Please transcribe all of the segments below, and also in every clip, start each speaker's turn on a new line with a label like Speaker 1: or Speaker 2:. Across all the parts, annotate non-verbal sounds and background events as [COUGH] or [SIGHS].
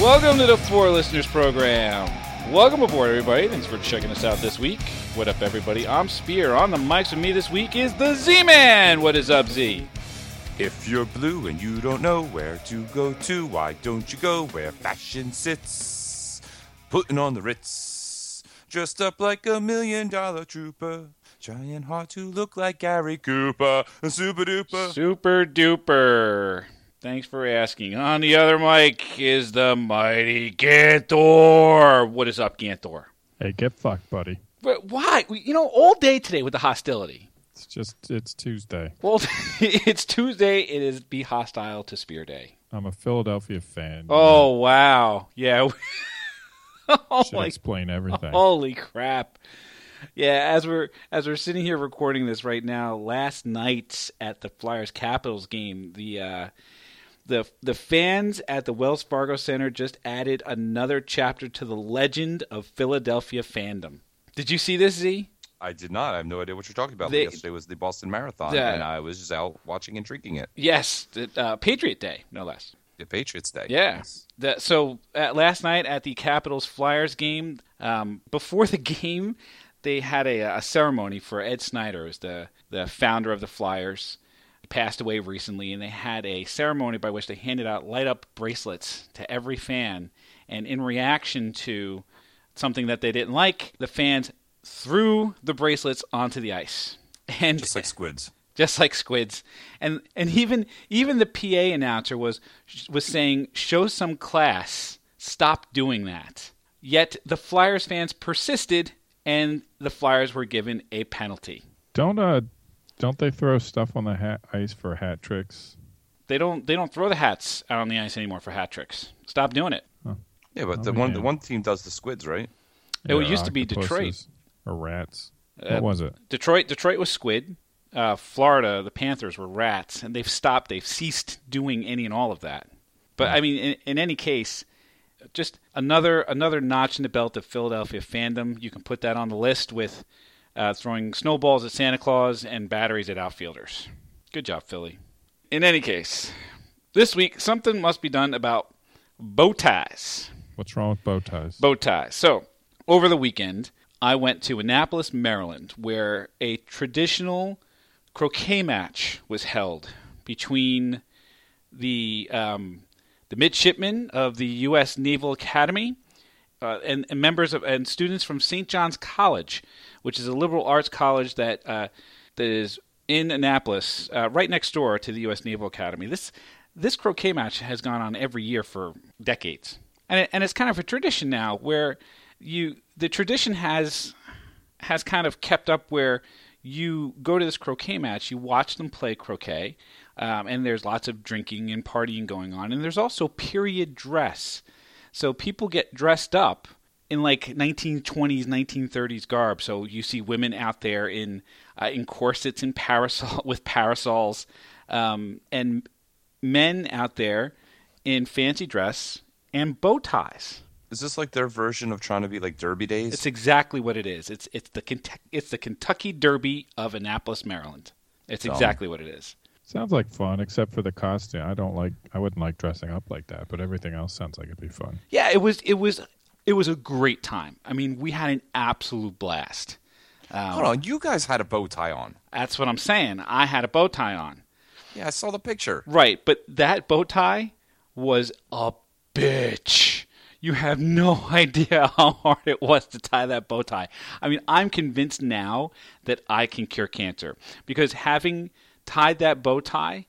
Speaker 1: Welcome to the Four Listeners Program. Welcome aboard, everybody. Thanks for checking us out this week. What up, everybody? I'm Spear. On the mics with me this week is the Z Man. What is up, Z?
Speaker 2: If you're blue and you don't know where to go to, why don't you go where fashion sits? Putting on the Ritz, dressed up like a million dollar trooper, trying hard to look like Gary Cooper, a super duper.
Speaker 1: Super duper. Thanks for asking. On the other mic is the mighty Gantor. What is up, Gantor?
Speaker 3: Hey, get fucked, buddy.
Speaker 1: But why? You know, all day today with the hostility.
Speaker 3: It's just it's Tuesday.
Speaker 1: Well, [LAUGHS] it's Tuesday. It is Be Hostile to Spear Day.
Speaker 3: I'm a Philadelphia fan.
Speaker 1: Oh wow! Yeah. [LAUGHS] oh
Speaker 3: I should
Speaker 1: my!
Speaker 3: explain everything.
Speaker 1: Holy crap! Yeah, as we're as we're sitting here recording this right now, last night at the Flyers Capitals game, the uh, the the fans at the Wells Fargo Center just added another chapter to the legend of Philadelphia fandom. Did you see this, Z?
Speaker 2: I did not. I have no idea what you're talking about.
Speaker 1: They-
Speaker 2: Yesterday was the Boston Marathon,
Speaker 1: Yeah.
Speaker 2: and I was just out watching and drinking it.
Speaker 1: Yes, the, uh, Patriot Day, no less.
Speaker 2: The Patriots Day.
Speaker 1: Yeah. That, so uh last night at the Capitals Flyers game, um, before the [LAUGHS] game, they had a, a ceremony for Ed Snyder, who's the the founder of the Flyers. He passed away recently, and they had a ceremony by which they handed out light up bracelets to every fan, and in reaction to something that they didn't like, the fans threw the bracelets onto the ice. And
Speaker 2: Just like squids.
Speaker 1: just like squids. And and even even the PA announcer was was saying, "Show some class. Stop doing that." Yet the Flyers fans persisted, and the Flyers were given a penalty.
Speaker 3: Don't uh, don't they throw stuff on the hat ice for hat tricks?
Speaker 1: They don't they don't throw the hats out on the ice anymore for hat tricks. Stop doing it.
Speaker 2: Yeah, but the
Speaker 3: Oh,
Speaker 2: one the
Speaker 3: yeah.
Speaker 2: one team does the squids, right?
Speaker 1: It
Speaker 3: Or
Speaker 1: used to be
Speaker 3: octopuses or rats.
Speaker 1: Uh,
Speaker 3: what was it?
Speaker 1: Detroit Detroit was squid. Uh, Florida, the Panthers were rats, and they've stopped. They've ceased doing any and all of that. But I mean, in, in any case, just another another notch in the belt of Philadelphia fandom. You can put that on the list with uh, throwing snowballs at Santa Claus and batteries at outfielders. Good job, Philly. In any case, this week something must be done about bow ties
Speaker 3: What's wrong with bow ties?
Speaker 1: bow tie. So, over the weekend, I went to Annapolis, Maryland, where a traditional croquet match was held between the um, the midshipmen of the U.S. Naval Academy uh, and, and members of and students from St. John's College, which is a liberal arts college that uh, that is in Annapolis, uh, right next door to the U.S. Naval Academy. This this croquet match has gone on every year for decades, and it, and it's kind of a tradition now where you the tradition has has kind of kept up where you go to this croquet match, you watch them play croquet, um, and there's lots of drinking and partying going on, and there's also period dress. So people get dressed up in like 1920s, 1930s garb. So you see women out there in uh, in corsets and parasol [LAUGHS] with parasols, um, and men out there in fancy dress and bow ties.
Speaker 2: Is this like their version of trying to be like Derby days?
Speaker 1: It's exactly what it is. It's it's the Kentuck- it's the Kentucky Derby of Annapolis, Maryland. It's
Speaker 2: Dumb.
Speaker 1: exactly what it is.
Speaker 3: Sounds like fun, except for the costume. I don't like. I wouldn't like dressing up like that. But everything else sounds like it'd be fun.
Speaker 1: Yeah, it was it was it was a great time. I mean, we had an absolute blast.
Speaker 2: Hold on, you guys had a bow tie on.
Speaker 1: That's what I'm saying. I had a bow tie on.
Speaker 2: Yeah, I saw the picture.
Speaker 1: Right, but that bow tie was a bitch. You have no [LAUGHS] idea how hard it was to tie that bow tie. I mean, I'm convinced now that I can cure cancer because having tied that bow tie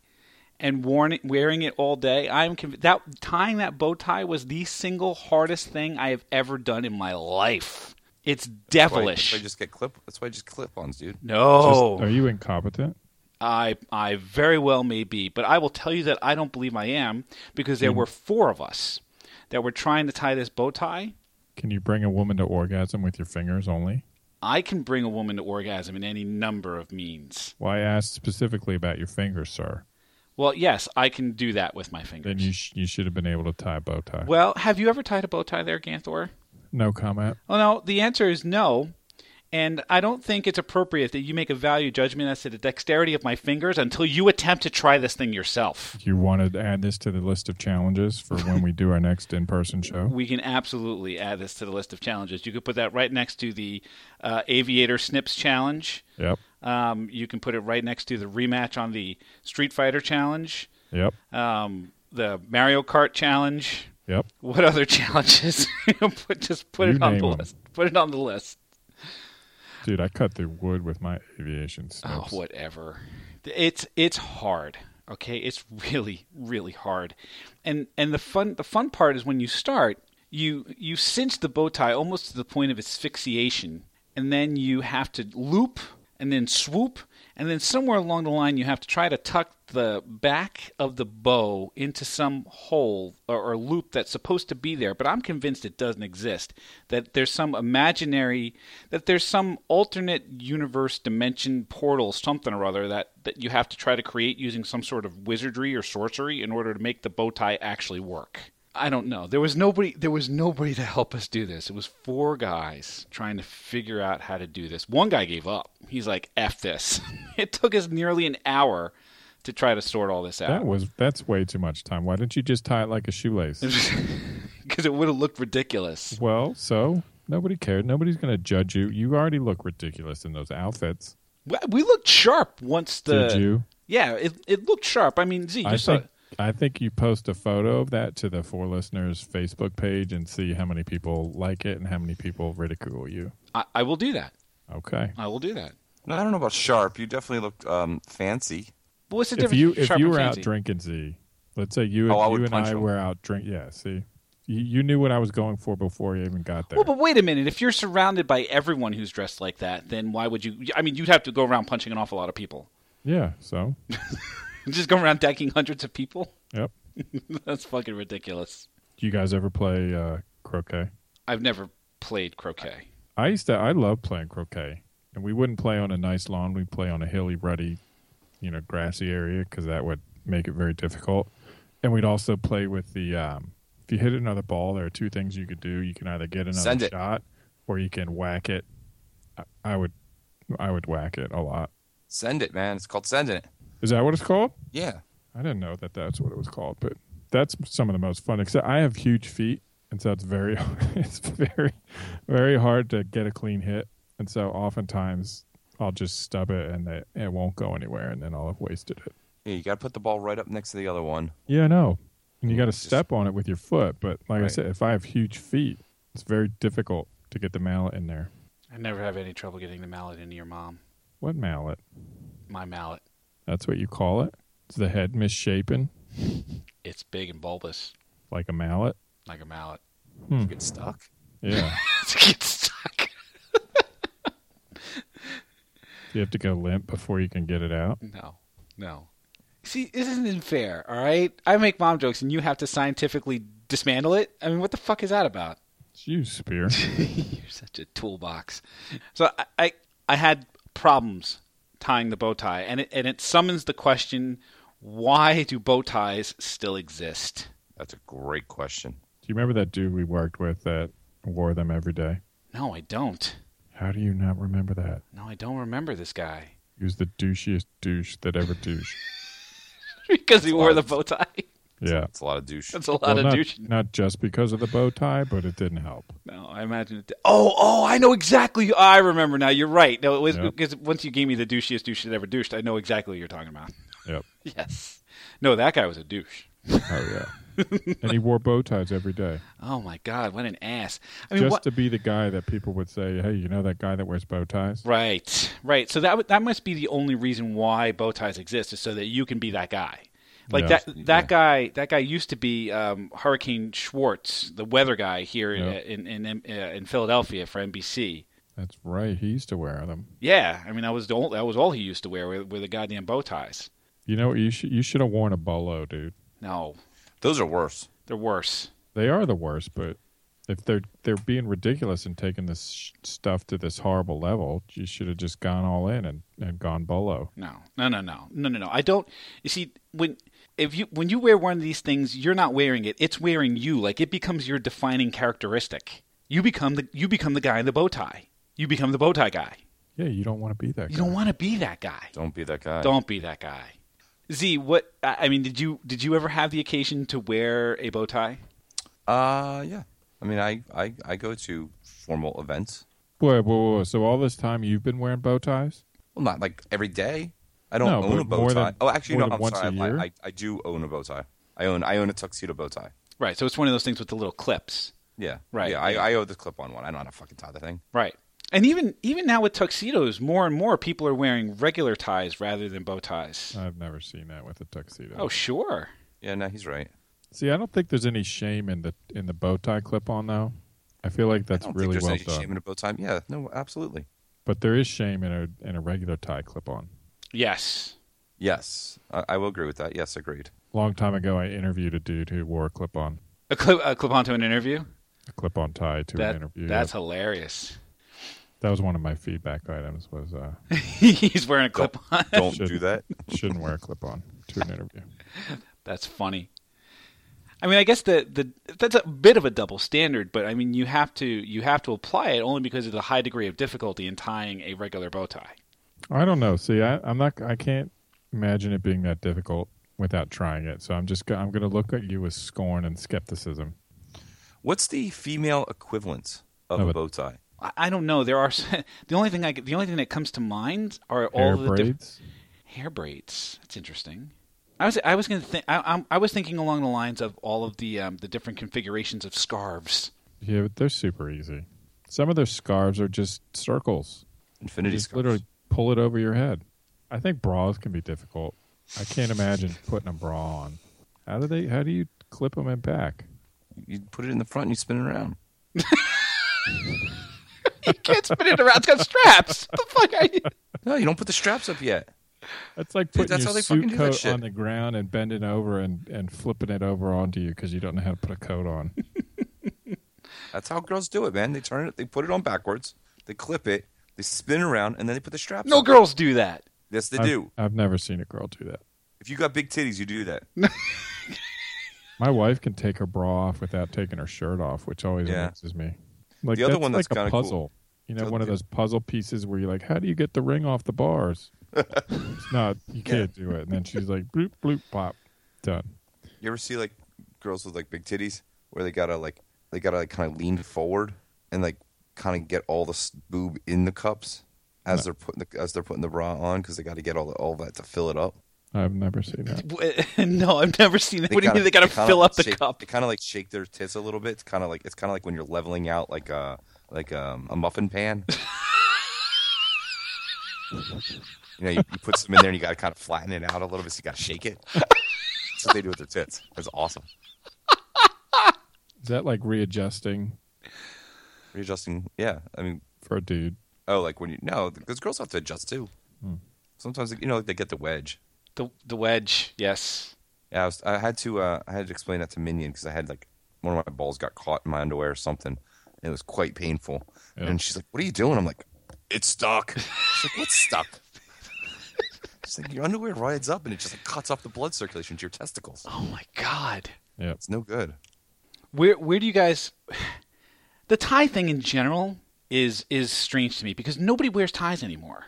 Speaker 1: and worn it, wearing it all day, I am conv- that tying that bow tie was the single hardest thing I have ever done in my life. It's
Speaker 2: That's why-
Speaker 1: devilish.
Speaker 2: That's why I just get clip. That's why I just clip ons, dude.
Speaker 3: Just-
Speaker 1: no,
Speaker 3: are you incompetent?
Speaker 1: I I very well may be, but I will tell you that I don't believe I am because
Speaker 3: Hmm.
Speaker 1: there were four of us that were trying to tie this bow tie.
Speaker 3: Can you bring a woman to orgasm with your fingers only?
Speaker 1: I can bring a woman to orgasm in any number of means.
Speaker 3: Why I asked specifically about your fingers, sir?
Speaker 1: Well, yes, I can do that with my
Speaker 3: Then
Speaker 1: fingers.
Speaker 3: you sh- you should have been able to tie a bow tie.
Speaker 1: well, have you ever tied a bow tie there, Ganthor?
Speaker 3: no comment.
Speaker 1: Well, no, the answer is no. And I don't think it's appropriate that you make a value judgment as to the dexterity of my fingers until you attempt to try this thing yourself.
Speaker 3: You wanted to add this to the list of challenges for when we do our next in-person show?
Speaker 1: [LAUGHS] We can absolutely add this to the list of challenges. You could put that right next to the uh, Aviator Snips challenge.
Speaker 3: Yep.
Speaker 1: Um, you can put it right next to the rematch on the Street Fighter challenge,
Speaker 3: Yep.
Speaker 1: um, the Mario Kart challenge.
Speaker 3: Yep.
Speaker 1: What other [LAUGHS] challenges? put, just put
Speaker 3: You
Speaker 1: it on
Speaker 3: name
Speaker 1: the
Speaker 3: 'em.
Speaker 1: list. Put it on the list.
Speaker 3: Dude, I cut through wood with my aviation
Speaker 1: Oh,
Speaker 3: snips.
Speaker 1: whatever. It's it's hard. Okay, it's [LAUGHS] really really hard. And and the fun the fun part is when you start, you you cinch the bow tie almost to the point of asphyxiation, and then you have to loop and then swoop, and then somewhere along the line you have to try to tuck the back of the bow into some hole or, or loop that's supposed to be there, but I'm convinced it doesn't exist. That there's some imaginary, that there's some alternate universe, dimension, portal, something or other that, that you have to try to create using some sort of wizardry or sorcery in order to make the bow tie actually work. I don't know. There was nobody. There was nobody to help us do this. It was four guys trying to figure out how to do this. One guy gave up. He's like, "F this." [LAUGHS] it took us nearly an hour to try to sort all this
Speaker 3: That
Speaker 1: out
Speaker 3: was that's way too much time. Why didn't you just tie it like a shoelace?
Speaker 1: [LAUGHS] because it would have looked ridiculous.
Speaker 3: well, so nobody cared. Nobody's going to judge you. You already look ridiculous in those outfits.
Speaker 1: We- We looked sharp once the.
Speaker 3: Did you?
Speaker 1: Yeah, it it looked sharp. I mean, Z, you
Speaker 3: I
Speaker 1: saw.
Speaker 3: think I think you post a photo of that to the four listeners Facebook page and see how many people like it and how many people ridicule you.
Speaker 1: I, I will do that.
Speaker 3: Okay.
Speaker 1: I will do that.
Speaker 2: No, I don't know about sharp. You definitely looked um, fancy.
Speaker 1: But what's the
Speaker 3: If
Speaker 1: difference?
Speaker 3: you
Speaker 1: between
Speaker 3: if
Speaker 1: sharp
Speaker 3: you
Speaker 1: and
Speaker 3: were out
Speaker 1: fancy?
Speaker 3: drinking Z, let's say you
Speaker 2: Oh, I would
Speaker 3: you and
Speaker 2: punch
Speaker 3: I
Speaker 2: him.
Speaker 3: were out drink. Yeah, see, you, you knew what I was going for before you even got there.
Speaker 1: Well, but wait a minute. If you're surrounded by everyone who's dressed like that, then why would you? I mean, you'd have to go around punching an awful lot of people. [LAUGHS]
Speaker 3: yeah. So,
Speaker 1: Just go around decking hundreds of people.
Speaker 3: yep.
Speaker 1: [LAUGHS] That's fucking ridiculous.
Speaker 3: Do you guys ever play uh, croquet?
Speaker 1: I've never played croquet.
Speaker 3: I used to. I love playing croquet, and we wouldn't play on a nice lawn. We would play on a hilly, ruddy, you know, grassy area because that would make it very difficult. And we'd also play with the. Um, if you hit another ball, there are two things you could do. You can either get another
Speaker 2: Send it.
Speaker 3: shot, or you can whack it. I, I would, I would whack it a lot.
Speaker 2: Send it, man. It's called sending it.
Speaker 3: Is that what it's called?
Speaker 2: Yeah.
Speaker 3: I didn't know that that's what it was called, but that's some of the most fun. Except I have huge feet, and so it's very, [LAUGHS] it's very, very hard to get a clean hit. And so oftentimes I'll just stub it, and it, it won't go anywhere, and then I'll have wasted it.
Speaker 2: Yeah, you got to put the ball right up next to the other one.
Speaker 3: Yeah, I know. And you
Speaker 2: Mm,
Speaker 3: got to
Speaker 2: just-
Speaker 3: step on it with your foot. But like I
Speaker 2: Right.
Speaker 3: said, if I have huge feet, it's very difficult to get the mallet in there.
Speaker 1: I never have any trouble getting the mallet into your mom.
Speaker 3: What mallet?
Speaker 1: My mallet.
Speaker 3: That's what you call it. It's the head misshapen
Speaker 1: It's big and bulbous,
Speaker 3: like a mallet.
Speaker 1: like a [LAUGHS] mallet.
Speaker 3: Hmm.
Speaker 2: You get stuck.
Speaker 3: Yeah,
Speaker 2: [LAUGHS]
Speaker 1: Get stuck.
Speaker 3: you have to go limp before you can get it out.
Speaker 1: No, no. See, this isn't unfair. All right, I make mom jokes, and you have to scientifically dismantle it. I mean, what the fuck is that about? [LAUGHS]
Speaker 3: It's you, spear.
Speaker 1: You're such a toolbox. So I, I, I had problems tying the bow tie, and it, and it summons the question: Why do bow ties still exist?
Speaker 2: That's a great question.
Speaker 3: Do you remember that dude we worked with that wore them every day?
Speaker 1: No, I don't.
Speaker 3: How do you not remember that?
Speaker 1: No, I don't remember this guy [LAUGHS]
Speaker 3: He was the douchiest douche that ever douche.
Speaker 1: because he wore the
Speaker 2: That's-
Speaker 1: bow tie.
Speaker 3: yeah.
Speaker 2: That's a lot of
Speaker 1: [LAUGHS]
Speaker 2: douche.
Speaker 1: That's a lot
Speaker 3: Well,
Speaker 1: of
Speaker 3: not,
Speaker 1: douche.
Speaker 3: not just because of the bow tie, but it didn't help.
Speaker 1: No, I imagine it. Oh, oh, I know exactly. I remember now. You're right. No, it was
Speaker 3: Yep.
Speaker 1: because once you gave me the douchiest douche that ever douched, I know exactly what you're talking about. [LAUGHS]
Speaker 3: Yep.
Speaker 1: Yes. No, that guy was a douche.
Speaker 3: Oh
Speaker 1: [LAUGHS]
Speaker 3: yeah. and he wore bow ties every day,
Speaker 1: Oh my God, what an ass! I mean,
Speaker 3: just
Speaker 1: what?
Speaker 3: to be the guy that people would say, "Hey, you know that guy that wears bow ties?"
Speaker 1: Right, right. So that w- that must be the only reason why bow ties exist is so that you can be that guy. Like
Speaker 3: Yeah.
Speaker 1: that that guy that guy used to be um, Hurricane Schwartz, the weather guy here
Speaker 3: Yeah.
Speaker 1: in in in, uh, in Philadelphia for NBC.
Speaker 3: That's right. He used to wear them.
Speaker 1: Yeah, I mean that was the only, that was all he used to wear were, were the goddamn bow ties.
Speaker 3: You know, you should you should have worn a bolo, dude.
Speaker 1: No,
Speaker 2: Those are worse.
Speaker 1: they're worse.
Speaker 3: They are the worst, but if they're they're being ridiculous and taking this sh- stuff to this horrible level, you should have just gone all in and, and gone bolo.
Speaker 1: No, no, no, no, no, no, no. I don't. You see, when if you when you wear one of these things, you're not wearing it. It's wearing you. Like it becomes your defining characteristic. You become the you become the guy in the bow tie. you become the bow tie guy.
Speaker 3: Yeah, you don't want to be that.
Speaker 1: You
Speaker 3: guy.
Speaker 1: don't want to be that guy.
Speaker 2: Don't be that guy.
Speaker 1: Don't be that guy. Z, what I I mean, did you did you ever have the occasion to wear a bow tie?
Speaker 2: Uh, yeah. I mean, I, I, I go to formal events.
Speaker 3: Wait, whoa, whoa, whoa. So all this time you've been wearing bow ties?
Speaker 2: Well, not like every day. I don't
Speaker 3: No,
Speaker 2: own
Speaker 3: but
Speaker 2: a bow
Speaker 3: more
Speaker 2: tie.
Speaker 3: than-
Speaker 2: oh, actually,
Speaker 3: more
Speaker 2: no.
Speaker 3: than
Speaker 2: I'm
Speaker 3: once
Speaker 2: sorry.
Speaker 3: a
Speaker 2: I-
Speaker 3: year?
Speaker 2: I, I, do own a bow tie. I own I own a tuxedo bow tie.
Speaker 1: Right. So it's one of those things with the little clips.
Speaker 2: Yeah.
Speaker 1: Right,
Speaker 2: Yeah. I,
Speaker 1: yeah.
Speaker 2: I owe the clip on one. I don't know how to fucking tie the thing.
Speaker 1: Right. And even even now with tuxedos, more and more people are wearing regular ties rather than bow ties.
Speaker 3: I've never seen that with a tuxedo.
Speaker 1: oh, sure.
Speaker 2: Yeah. No, he's right.
Speaker 3: See, I don't think there's any shame in the in the bow tie clip on though. I feel like that's
Speaker 2: I don't
Speaker 3: really
Speaker 2: think there's
Speaker 3: well
Speaker 2: any
Speaker 3: done.
Speaker 2: shame in a bow tie. Yeah. No. Absolutely.
Speaker 3: But there is shame in a in a regular tie clip on.
Speaker 1: Yes.
Speaker 2: Yes. I, I will agree with that. Yes.
Speaker 3: [LAUGHS]
Speaker 2: Agreed.
Speaker 3: Long time ago, I interviewed a dude who wore a clip on
Speaker 1: A clip a clip onto an interview.
Speaker 3: a clip on tie to
Speaker 1: That-
Speaker 3: an interview.
Speaker 1: That's hilarious. [LAUGHS]
Speaker 3: that was one of my feedback items. Was uh,
Speaker 1: He's wearing a clip on. [LAUGHS]
Speaker 2: Don't
Speaker 3: Shouldn't.
Speaker 2: do that.
Speaker 3: shouldn't wear a clip on to an interview.
Speaker 1: That's funny. I mean, I guess the, the that's a bit of a double standard, but I mean, you have to you have to apply it only because of the high degree of difficulty in tying a regular bow tie.
Speaker 3: I don't know. See, I, I'm not. I can't imagine it being that difficult without trying it. So I'm just. go- I'm going to look at you with scorn and skepticism.
Speaker 2: What's the female equivalent of
Speaker 3: No,
Speaker 2: a
Speaker 3: but-
Speaker 2: bow tie?
Speaker 1: I, I don't know. There are s- [LAUGHS] the only thing I c- the only thing that comes to mind are all
Speaker 3: Hair
Speaker 1: the diff-
Speaker 3: braids.
Speaker 1: hair braids. That's interesting. I was I was going to think I, I'm, I was thinking along the lines of all of the um, the different configurations of scarves.
Speaker 3: yeah, but they're super easy. Some of their scarves are just circles. You
Speaker 2: Infinity
Speaker 3: just
Speaker 2: scarves.
Speaker 3: literally pull it over your head. I think bras can be difficult. I can't imagine putting a bra on. How do they? How do you clip them in back?
Speaker 2: You put it in the front and you spin it around.
Speaker 1: You can't spin it around. It's got straps. The fuck are you?
Speaker 2: No, you don't put the straps up yet.
Speaker 3: That's like
Speaker 2: Dude,
Speaker 3: putting
Speaker 2: that's
Speaker 3: your
Speaker 2: how they fucking
Speaker 3: suit
Speaker 2: do that
Speaker 3: coat
Speaker 2: shit.
Speaker 3: on the ground and bending over and, and flipping it over onto you because you don't know how to put a coat on.
Speaker 2: That's how girls do it, man. They turn it, they put it on backwards, they clip it, they spin around, and then they put the
Speaker 1: [LAUGHS]
Speaker 2: straps.
Speaker 1: No
Speaker 2: on.
Speaker 1: girls do that. [LAUGHS]
Speaker 2: Yes, [LAUGHS] they
Speaker 3: I've-
Speaker 2: do.
Speaker 3: I've never seen a girl do that.
Speaker 2: If you got big titties, you do that.
Speaker 3: My wife can take her bra off without taking her shirt off, which always
Speaker 2: Yeah.
Speaker 3: amazes me. Like
Speaker 2: The other one that's
Speaker 3: like a
Speaker 2: kinda
Speaker 3: puzzle.
Speaker 2: cool.
Speaker 3: You know,
Speaker 2: The-
Speaker 3: one of those puzzle pieces where you're like, "How do you get the ring off
Speaker 2: [LAUGHS]
Speaker 3: the bars?" it's not. You can't do it. And then she's like, "Bloop bloop pop, done."
Speaker 2: You ever see like girls with like big titties where they gotta like they gotta like kind of lean forward and like kind of get all the s- boob in the cups as they're putting the, as they're putting the bra on because they got to get all the, all that to fill it up.
Speaker 3: I've never seen that.
Speaker 1: no, I've never seen that. what do you mean they got to
Speaker 2: kinda
Speaker 1: fill up the
Speaker 2: shake-
Speaker 1: cup?
Speaker 2: They kind of like shake their tits a little bit. It's kind of like it's kind of like when you're leveling out like a like um, a
Speaker 1: [LAUGHS]
Speaker 2: muffin pan. you know, you, you put some in there and you got to kind of flatten it out a little bit. So you got to shake it. That's what they do with their tits. That's awesome.
Speaker 3: Is that like readjusting
Speaker 2: Readjusting. Yeah, I mean,
Speaker 3: for a dude?
Speaker 2: oh, like when you no, because girls have to adjust too. Sometimes you know, like they get the wedge.
Speaker 1: The the wedge, yes.
Speaker 2: Yeah, I, was, I had to uh, I had to explain that to Minion because I had like one of my balls got caught in my underwear or something. And it was quite painful.
Speaker 3: Yeah.
Speaker 2: And she's like, "What are you doing?" I'm like, "It's stuck." She's like, "What's stuck?" She's like, "Your underwear rides up and it just like, cuts off the blood circulation to your testicles.
Speaker 1: Oh my god.
Speaker 3: Yeah.
Speaker 2: It's no good."
Speaker 1: Where where do you guys [SIGHS] the tie thing in general is is strange to me because nobody wears ties anymore.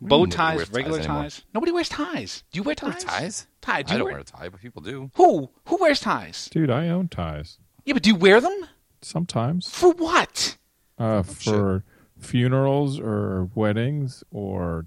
Speaker 1: Bow
Speaker 2: Nobody
Speaker 1: ties,
Speaker 2: wears ties
Speaker 1: regular
Speaker 2: anymore.
Speaker 1: ties. Nobody wears ties. Do you wear ties?
Speaker 2: Ties?
Speaker 1: Tie. Do
Speaker 2: I
Speaker 1: you
Speaker 2: don't
Speaker 1: wear,
Speaker 2: wear a tie, but people do.
Speaker 1: Who? Who wears ties?
Speaker 3: Dude, I own ties
Speaker 1: Yeah, but do you wear them?
Speaker 3: sometimes
Speaker 1: For what?
Speaker 2: Oh,
Speaker 3: uh, for funerals or weddings or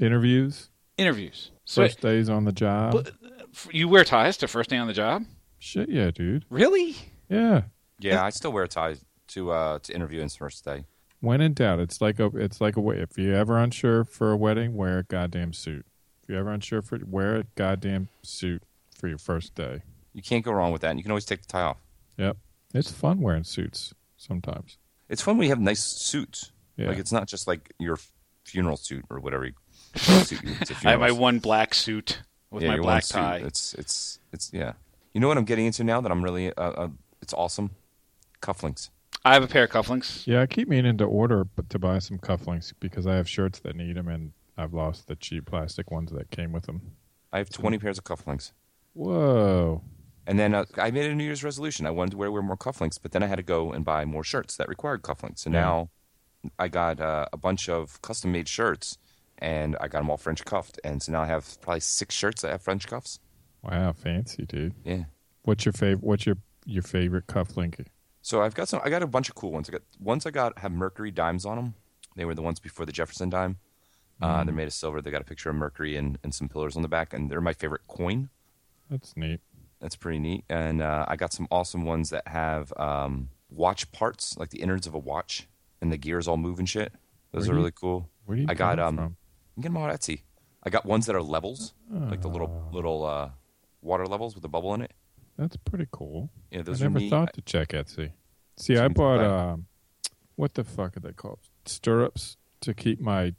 Speaker 3: interviews,
Speaker 1: Interviews. So
Speaker 3: first days on the job.
Speaker 1: f- you wear ties to first day on the job?
Speaker 3: Shit, yeah, dude.
Speaker 1: Really?
Speaker 3: Yeah.
Speaker 2: Yeah, I still wear a tie to uh, to interview and first day.
Speaker 3: When in doubt, it's like a it's like a way. If you're ever unsure for a wedding, wear a goddamn suit. If you're ever unsure for wear a goddamn suit for your first day.
Speaker 2: You can't go wrong with that. And you can always take the tie off.
Speaker 3: Yep, it's fun wearing suits sometimes.
Speaker 2: It's fun when you have nice suits.
Speaker 3: Yeah.
Speaker 2: Like it's not just like your funeral suit or
Speaker 1: [LAUGHS]
Speaker 2: whatever. You, suit you use at
Speaker 1: I have my
Speaker 2: funerals.
Speaker 1: one black suit with
Speaker 2: Yeah,
Speaker 1: my
Speaker 2: your one
Speaker 1: black
Speaker 2: suit.
Speaker 1: tie.
Speaker 2: It's it's it's yeah. You know what I'm getting into now that I'm really uh, uh, it's awesome. Cufflinks.
Speaker 1: I have a pair of cufflinks.
Speaker 3: Yeah, I keep meaning to order but to buy some cufflinks because I have shirts that need them, and I've lost the cheap plastic ones that came with them.
Speaker 2: I have
Speaker 1: Mm-hmm.
Speaker 2: 20 pairs of cufflinks.
Speaker 3: Whoa,
Speaker 2: And then uh, I made a New Year's resolution. I wanted to wear, wear more cufflinks, but then I had to go and buy more shirts that required cufflinks. So
Speaker 3: Yeah.
Speaker 2: now I got uh, a bunch of custom made shirts, and I got them all French cuffed, and so now I have probably six shirts that have French cuffs.
Speaker 3: Wow, fancy dude.
Speaker 2: Yeah.
Speaker 3: What's your favorite? What's your your favorite cuff link?
Speaker 2: So I've got some. I got a bunch of cool ones. I got ones I got have Mercury dimes on them. They were the ones before the Jefferson dime.
Speaker 3: Mm-hmm.
Speaker 2: Uh, they're made of silver. They got a picture of Mercury and, and some pillars on the back, and they're my favorite coin.
Speaker 3: That's neat.
Speaker 2: That's pretty neat. And uh, I got some awesome ones that have um, watch parts, like the innards of a watch, and the gears all move and shit. Those
Speaker 3: Where
Speaker 2: are
Speaker 3: do you-
Speaker 2: really cool.
Speaker 3: Where do you
Speaker 2: I got
Speaker 3: come
Speaker 2: um,
Speaker 3: from?
Speaker 2: you can get them on Etsy. I got ones that are levels, like the little
Speaker 3: Ah.
Speaker 2: little uh, water levels with a bubble in it.
Speaker 3: That's pretty cool.
Speaker 2: Yeah, those
Speaker 3: I
Speaker 2: are
Speaker 3: never
Speaker 2: neat.
Speaker 3: thought to check Etsy. See, I
Speaker 2: Something
Speaker 3: bought
Speaker 2: like-
Speaker 3: um, what the fuck are they called? Stirrups to keep my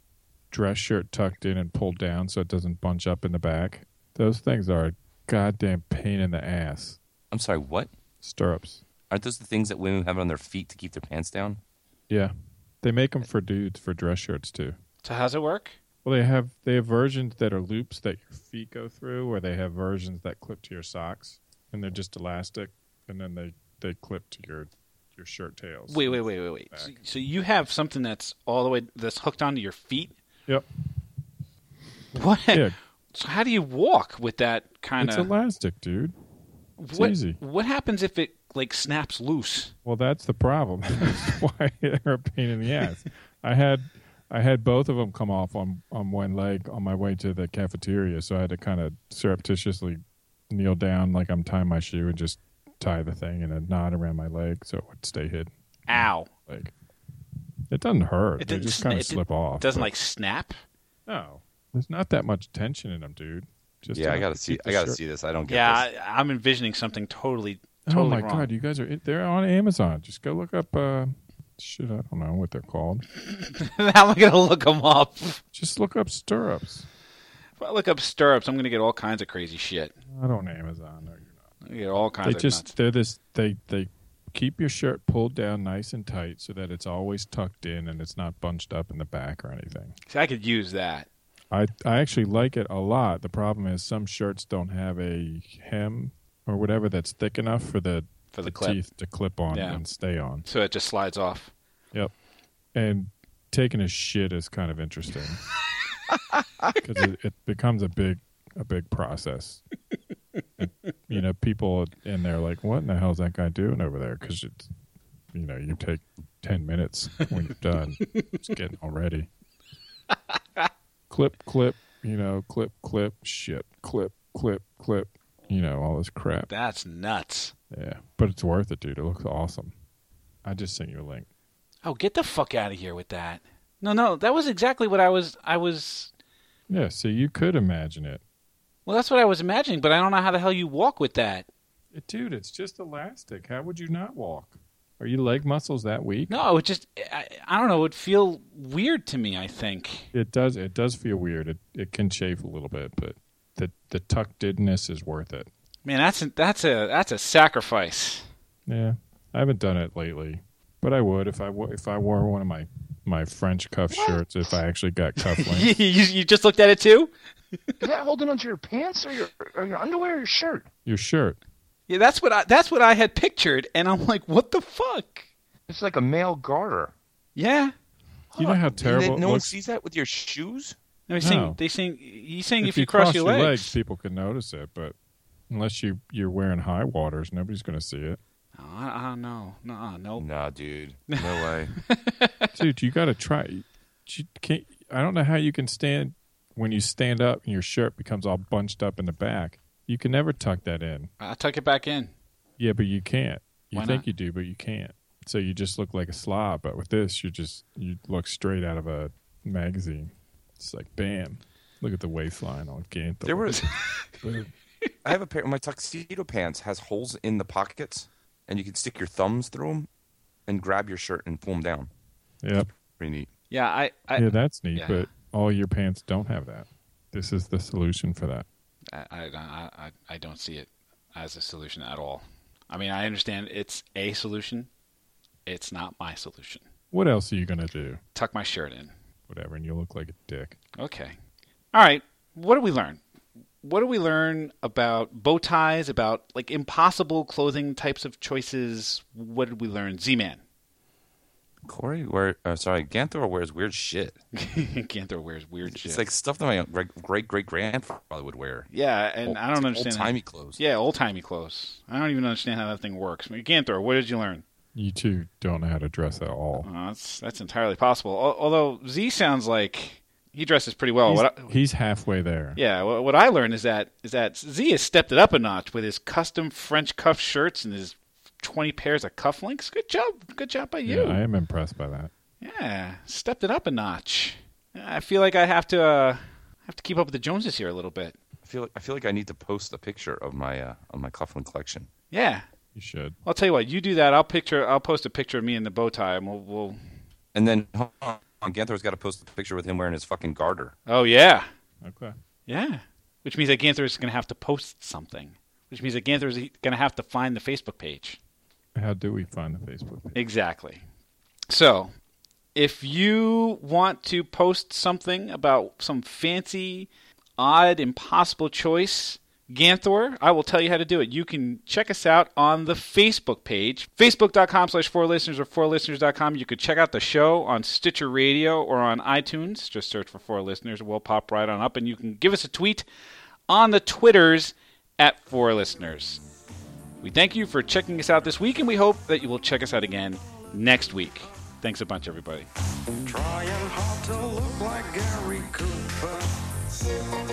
Speaker 3: dress shirt tucked in and pulled down so it doesn't bunch up in the back. Those things are a goddamn pain in the ass.
Speaker 2: I'm sorry, what?
Speaker 3: Stirrups.
Speaker 2: Aren't those the things that women have on their feet to keep their pants down?
Speaker 3: Yeah, they make them for dudes for dress shirts too.
Speaker 1: So how's it work?
Speaker 3: Well, they have they have versions that are loops that your feet go through, or they have versions that clip to your socks, and they're just elastic, and then they they clip to your your shirt tails.
Speaker 1: Wait, wait, wait, wait, wait. So, so you have something that's all the way that's hooked onto your feet.
Speaker 3: Yep.
Speaker 1: [LAUGHS] What?
Speaker 3: Yeah,
Speaker 1: So how do you walk with that kind
Speaker 3: it's
Speaker 1: of?
Speaker 3: elastic, dude. it's
Speaker 1: what,
Speaker 3: easy.
Speaker 1: What happens if it like snaps loose?
Speaker 3: Well, that's the problem. [LAUGHS] That's why they're a pain in the ass. I had I had both of them come off on on one leg on my way to the cafeteria, so I had to kind of surreptitiously kneel down like I'm tying my shoe and just tie the thing in a knot around my leg so it would stay hidden.
Speaker 1: Ow!
Speaker 3: Like it doesn't hurt.
Speaker 1: It
Speaker 3: they
Speaker 1: didn't
Speaker 3: just
Speaker 1: sna-
Speaker 3: kind
Speaker 1: it
Speaker 3: of
Speaker 1: did-
Speaker 3: slip off.
Speaker 1: Doesn't
Speaker 3: but-
Speaker 1: like snap.
Speaker 3: No, there's not that much tension in them, dude. Just
Speaker 2: yeah, I
Speaker 3: enough
Speaker 2: gotta
Speaker 3: to
Speaker 2: see.
Speaker 3: keep the
Speaker 2: I gotta
Speaker 3: shirt-
Speaker 2: see this. I don't get
Speaker 1: Yeah,
Speaker 2: this.
Speaker 1: I, I'm envisioning something totally.
Speaker 3: oh
Speaker 1: totally
Speaker 3: my
Speaker 1: wrong.
Speaker 3: god, you guys are in- they're on Amazon. Just go look up. uh Shit, I don't know what they're called.
Speaker 1: How am I gonna look them up?
Speaker 3: Just look up stirrups.
Speaker 1: If I look up stirrups, I'm gonna get all kinds of crazy shit.
Speaker 3: Not on Amazon. No, you're not.
Speaker 1: I get all kinds
Speaker 3: They
Speaker 1: of
Speaker 3: just
Speaker 1: nuts.
Speaker 3: they're this they they keep your shirt pulled down nice and tight so that it's always tucked in and it's not bunched up in the back or anything.
Speaker 1: See, I could use that.
Speaker 3: I I actually like it a lot. The problem is some shirts don't have a hem or whatever that's thick enough for the
Speaker 1: For the clip.
Speaker 3: teeth to clip on
Speaker 1: Yeah.
Speaker 3: and stay on.
Speaker 1: So it just slides off.
Speaker 3: Yep. And taking a shit is kind of interesting because it, it becomes a big a big process. you know, people in there like, what in the hell is that guy doing over there? Because you know, you take ten minutes when you're done. it's getting already. clip, clip. You know, clip, clip. Shit, clip, clip, clip. You know, all this crap.
Speaker 1: That's nuts.
Speaker 3: Yeah, but it's worth it, dude. It looks awesome. I just sent you a link.
Speaker 1: Oh, get the fuck out of here with that. No, no, that was exactly what I was. I was.
Speaker 3: Yeah, so you could imagine it.
Speaker 1: Well, that's what I was imagining, but I don't know how the hell you walk with that.
Speaker 3: It- Dude, it's just elastic. How would you not walk? Are your leg muscles that weak?
Speaker 1: No, it would just. I, I don't know. It would feel weird to me. I think.
Speaker 3: It does it does feel weird. It it can chafe a little bit, but the the tucked inness is worth it.
Speaker 1: Man, that's a, that's a that's a sacrifice.
Speaker 3: Yeah. I haven't done it lately, but I would if I wo- if I wore one of my my French cuff shirts if I
Speaker 1: [LAUGHS]
Speaker 3: actually got cuff
Speaker 1: you,
Speaker 3: links.
Speaker 1: you just looked at it too.
Speaker 4: Is that holding onto your pants or your or your underwear or your shirt?
Speaker 3: Your shirt.
Speaker 1: Yeah, that's what I that's what I had pictured, and I'm like, what the fuck?
Speaker 4: It's like a male garter.
Speaker 1: Yeah.
Speaker 3: You know how
Speaker 2: And then
Speaker 3: terrible it
Speaker 2: no one
Speaker 3: looks
Speaker 2: sees that with your shoes.
Speaker 1: No, he's saying
Speaker 3: No.
Speaker 1: they saying he's saying if, you, cross, your legs.
Speaker 3: people can notice it, but unless you you're wearing high waters, nobody's going to see it.
Speaker 1: No, I, I don't know. No, no.
Speaker 2: Nah, dude. No [LAUGHS] way.
Speaker 3: dude you gotta try you can't, i don't know how you can stand when you stand up and your shirt becomes all bunched up in the back you can never tuck that in
Speaker 1: I tuck it back in.
Speaker 3: yeah but you can't you
Speaker 1: Why
Speaker 3: think
Speaker 1: not?
Speaker 3: you do but you can't so you just look like a slob but with this you just you look straight out of a magazine it's like bam look at the waistline on Gantt.
Speaker 2: There was.
Speaker 3: Boom.
Speaker 2: I have a pair. My tuxedo pants has holes in the pockets, and you can stick your thumbs through them, and grab your shirt and pull them down.
Speaker 3: yep
Speaker 2: Pretty neat.
Speaker 1: Yeah, I, I,
Speaker 3: yeah that's neat
Speaker 1: yeah.
Speaker 3: but all your pants don't have that this is the solution for that
Speaker 1: I, I, I, I, I don't see it as a solution at all. I mean, I understand it's a solution. It's not my solution.
Speaker 3: what else are you gonna do
Speaker 1: Tuck my shirt in.
Speaker 3: whatever and you look like a dick
Speaker 1: Okay. All right. What do we learn? What do we learn about bow ties, about like [LAUGHS] impossible clothing types of choices? What did we learn? Z Man.
Speaker 2: Corey, where? Uh, sorry, Ganthor wears weird shit.
Speaker 1: Ganthor wears weird shit.
Speaker 2: It's like stuff that my great great great grandfather would wear.
Speaker 1: yeah, and I don't understand.
Speaker 2: Old timey clothes.
Speaker 1: Yeah, old timey clothes. I don't even understand how that thing works. I mean, Ganthor, what did you learn?
Speaker 3: You two don't know how to dress at all.
Speaker 1: Uh, that's that's entirely possible. Al- although Z sounds like he dresses pretty well.
Speaker 3: he's,
Speaker 1: Oh, What I,
Speaker 3: he's halfway there.
Speaker 1: yeah, what, what I learned is that is that Z has stepped it up a notch with his custom French cuff shirts and his twenty pairs of cufflinks. Good job, good job by you.
Speaker 3: I am impressed by that.
Speaker 1: Yeah, stepped it up a notch. I feel like I have to uh, have to keep up with the Joneses here a little bit.
Speaker 2: I feel like I feel like I need to post a picture of my uh, of my cufflink collection.
Speaker 1: Yeah,
Speaker 3: You should.
Speaker 1: I'll tell you what. You do that. I'll picture. I'll post a picture of me in the bow tie, and we'll. we'll
Speaker 2: And then hold on, Ganthor's got to post a picture with him wearing his fucking garter.
Speaker 1: oh yeah,
Speaker 3: Okay.
Speaker 1: yeah. Which means that Ganther is going to have to post something. Which means that Ganther is going to have to find the Facebook page.
Speaker 3: How do we find the Facebook page?
Speaker 1: Exactly. So, if you want to post something about some fancy, odd, impossible choice, Ganthor, I will tell you how to do it. You can check us out on the Facebook page, facebook.com slash four listeners or fourlisteners.com. You could check out the show on Stitcher Radio or on iTunes. Just search for Four Listeners. We'll pop right on up, and you can give us a tweet on the Twitters at Four Listeners. We thank you for checking us out this week, and we hope that you will check us out again next week. Thanks a bunch, everybody.
Speaker 5: Trying hard to look like Gary Cooper.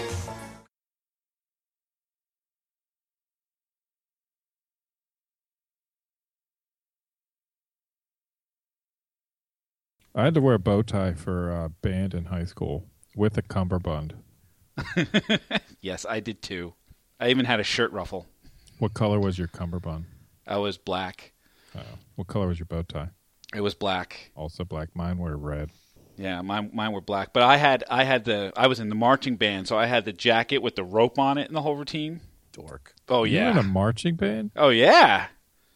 Speaker 3: I had to wear a bow tie for uh, band in high school with a cummerbund.
Speaker 1: Yes, I did too. I even had a shirt ruffle.
Speaker 3: What color was your cummerbund? Uh,
Speaker 1: I was black.
Speaker 3: What color was your bow tie?
Speaker 1: It was black.
Speaker 3: Also black. Mine were red.
Speaker 1: Yeah, mine mine were black. But I had I had the I was in the marching band, so I had the jacket with the rope on it and the whole routine.
Speaker 2: Dork.
Speaker 1: Oh
Speaker 3: You were in a
Speaker 1: yeah.
Speaker 3: marching band?
Speaker 1: Oh yeah.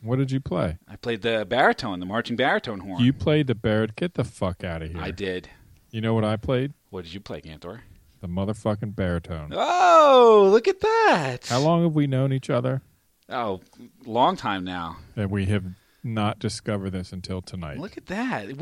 Speaker 3: What did you play?
Speaker 1: I played the baritone, the marching baritone horn.
Speaker 3: You played the Barrett. Get the fuck out of here.
Speaker 1: I did.
Speaker 3: You know what I played?
Speaker 1: What did you play, Gantor?
Speaker 3: The motherfucking baritone.
Speaker 1: Oh, look at that.
Speaker 3: How long have we known each other?
Speaker 1: Oh, long time now.
Speaker 3: And we have not discovered this until tonight.
Speaker 1: Look at that.